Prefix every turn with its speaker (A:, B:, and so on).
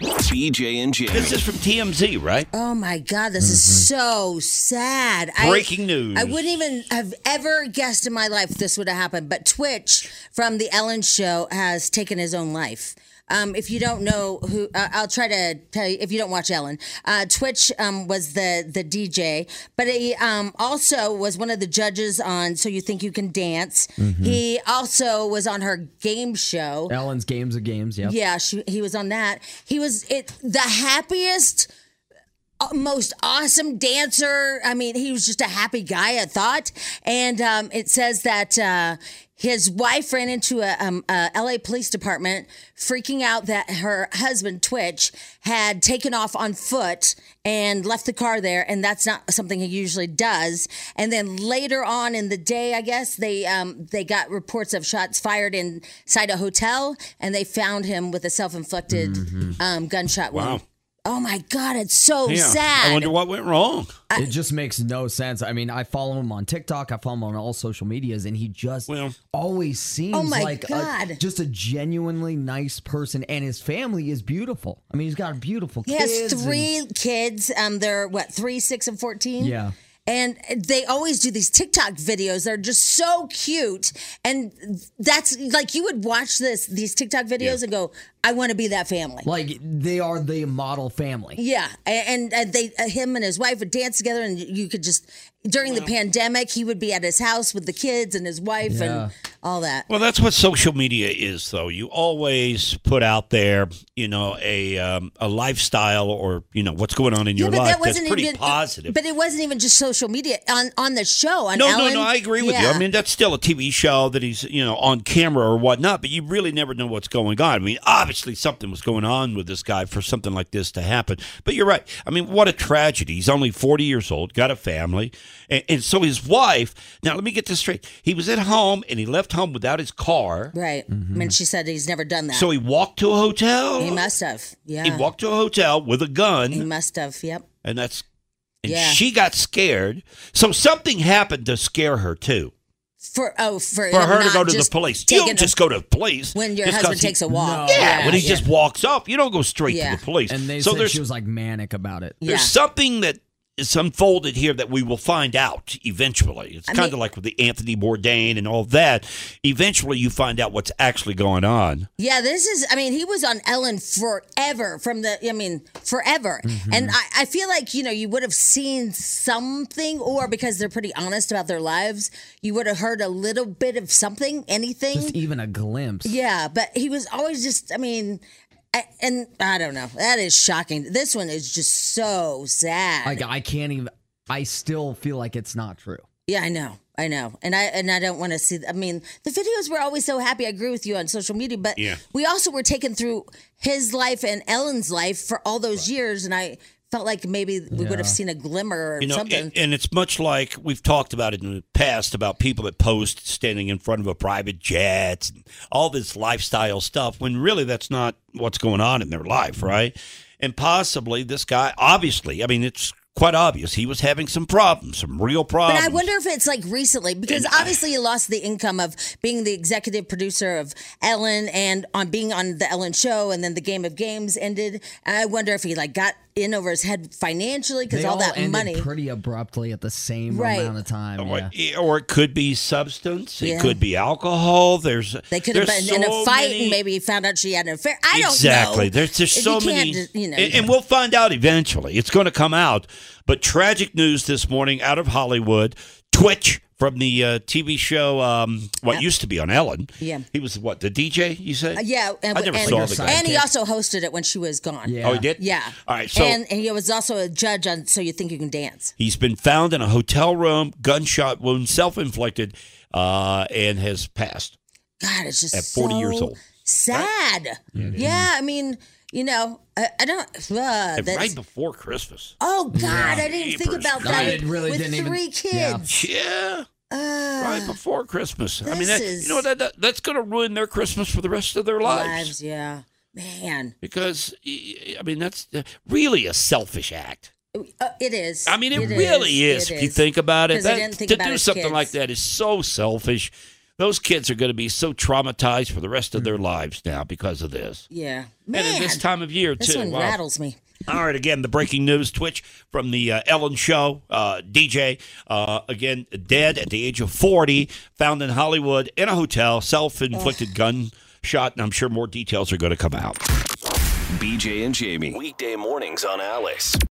A: BJ and Jamie.
B: This is from TMZ, right?
C: Oh my God, this is
D: Mm-hmm.
C: so sad. I-
B: Breaking news.
C: I wouldn't even have ever guessed in my life this would have happened, but Twitch from The Ellen Show has taken his own life. Um, if you don't know who, uh, I'll try to tell you. If you don't watch Ellen, uh, Twitch um, was the the DJ, but he um, also was one of the judges on So You Think You Can Dance.
D: Mm-hmm.
C: He also was on her game show.
E: Ellen's Games of Games, yeah.
C: Yeah, she, he was on that. He was it the happiest, uh, most awesome dancer. I mean, he was just a happy guy. I thought, and um, it says that. Uh, his wife ran into a, um, a LA police department, freaking out that her husband Twitch had taken off on foot and left the car there, and that's not something he usually does. And then later on in the day, I guess they um, they got reports of shots fired inside a hotel, and they found him with a self-inflicted um, gunshot wound.
B: Wow.
C: Oh my God, it's so
B: Yeah.
C: sad.
B: I wonder what went wrong.
E: It just makes no sense. I mean, I follow him on TikTok, I follow him on all social medias, and he just
B: Well-
E: always seems
C: Oh my
E: like a-
C: God.
E: just a genuinely nice person. And his family is beautiful. I mean, he's got beautiful
C: he
E: kids.
C: has
E: and-
C: three kids. Um, they're what three, six, and fourteen.
E: Yeah.
C: And they always do these TikTok videos. They're just so cute, and that's like you would watch this these TikTok videos and go, "I want to be that family."
E: like, they are the model family.
C: Yeah, a- and, and they, uh, him and his wife would dance together, and you could just during the pandemic, he would be at his house with the kids and his wife
E: Yeah.
C: and all that.
B: Well, that's what social media is, though. You always put out there, you know, a um, a lifestyle or you know what's going on in your
C: yeah, but
B: life
C: that wasn't
B: that's pretty
C: even
B: positive.
C: But it wasn't even just social media on on the show. On
B: no,
C: Ellen,
B: no, no. I agree with you.
C: yeah.
B: I mean, that's still a TV show that he's you know on camera or whatnot, but you really never know what's going on. I mean, obviously something was going on with this guy for something like this to happen. But you're right. I mean, what a tragedy. He's only 40 years old, got a family, and, and so his wife. Now, let me get this straight. He was at home and he left home without his car.
C: right? I mean, she said he's never done that.
B: So he walked to a hotel.
C: he must have. Yeah,
B: He walked to a hotel with a
C: He
B: gun,
C: must have. Yep.
B: and that's and
C: Yeah.
B: she got scared. So something happened to scare her too.
C: For oh, for,
B: For
C: him
B: her to
C: not
B: go to the
C: just
B: police, you
C: taking
B: don't
C: a-
B: just go to the police
C: when your
B: just 'cause
C: husband
B: he-
C: takes a walk.
E: No.
B: Yeah, when he
C: yeah.
B: just walks off, you don't go straight
C: Yeah.
B: to the police.
E: And they
B: so
E: said
B: there's
E: she was like manic about it.
B: there's
C: Yeah.
B: something that is unfolded here that we will find out eventually. It's
C: I
B: kind of
C: mean-
B: like with the Anthony Bourdain and all that. Eventually, you find out what's actually going on.
C: Yeah, this is. I mean, he was on Ellen forever from the. I mean, forever.
B: Mm-hmm.
C: And I, I feel like you know you would have seen something, or because they're pretty honest about their lives, you would have heard a little bit of something, anything.
E: Just even a glimpse.
C: yeah, but he was always just. I mean. I, and I don't know. That is shocking. This one is just so sad.
E: Like, I can't even, I still feel like it's not true.
C: Yeah, I know. I know. And I and I don't want to see I mean, the videos were always so happy. I agree with you on social media, but
B: Yeah.
C: we also were taken through his life and Ellen's life for all those years and I felt like maybe we would have seen a glimmer or
B: you know,
C: something.
B: And, and it's much like we've talked about it in the past about people that post standing in front of a private jet and all this lifestyle stuff when really that's not what's going on in their life, right? And possibly this guy, obviously, I mean, it's quite obvious he was having some problems, some real
C: but
B: problems.
C: I wonder if it's like recently because obviously you lost the income of being the executive producer of Ellen and on being on the Ellen show and then the Game of Games ended. I wonder if he like got in over his head financially because
E: They
C: all,
E: all
C: that
E: ended
C: money.
E: pretty abruptly at the same
C: Right.
E: amount of time.
B: Or,
E: yeah.
B: or it could be substance. It
C: Yeah.
B: could be alcohol. There's
C: They could have
B: there's
C: been in a
B: so
C: fight
B: many-
C: and maybe found out she had an affair. I don't
B: exactly.
C: know.
B: There's there's
C: You
B: so
C: can't
B: many,
C: just- you know,
B: and, and we'll find out eventually. It's going to come out. But tragic news this morning out of Hollywood. Twitch from the uh, TV show, um, what used to be on Ellen.
C: Yeah.
B: he was what the DJ? You said?
C: Uh, yeah, and,
B: I never
C: and,
B: saw the guy.
C: and he also hosted it when she was gone.
E: Yeah.
B: Oh, he did.
C: Yeah.
B: All right. So
C: and, and he was also a judge on So You Think You Can Dance.
B: he's been found in a hotel room, gunshot wound, self-inflicted, uh, and has passed.
C: God, it's just
B: At 40 years
C: so
B: old.
C: Sad. Yeah, I mean, You know, I, I don't. Uh,
B: And
C: that's-
B: right before Christmas.
C: oh God, I didn't think
B: Jeepers.
C: about
E: No,
C: that.
E: I really
C: with
E: didn't even-
C: three
E: yeah.
C: kids.
B: Yeah,
C: Uh,
B: right before Christmas. I mean,
C: this
B: that,
C: is-
B: you know that, that that's going to ruin their Christmas for the rest of their lives.
C: lives, yeah, man,
B: Because y- I mean, that's uh, really a selfish act.
C: uh, it is.
B: I mean, it, really is,
C: It
B: if you think about it.
C: 'Cause I
B: That-
C: didn't think
B: to
C: about
B: do
C: his
B: something
C: kids.
B: like that is so selfish. Those kids are going to be so traumatized for the rest of their lives now because of this.
C: Yeah, Mm. man.
B: And at this time of year,
C: this
B: too.
C: one
B: Wow.
C: rattles me.
B: All right, again, the breaking news Twitch from the uh, Ellen Show. Uh, DJ, uh, again, dead at the age of 40, found in Hollywood in a hotel, self inflicted gun shot, and I'm sure more details are going to come out.
A: BJ and Jamie. Weekday mornings on Alice.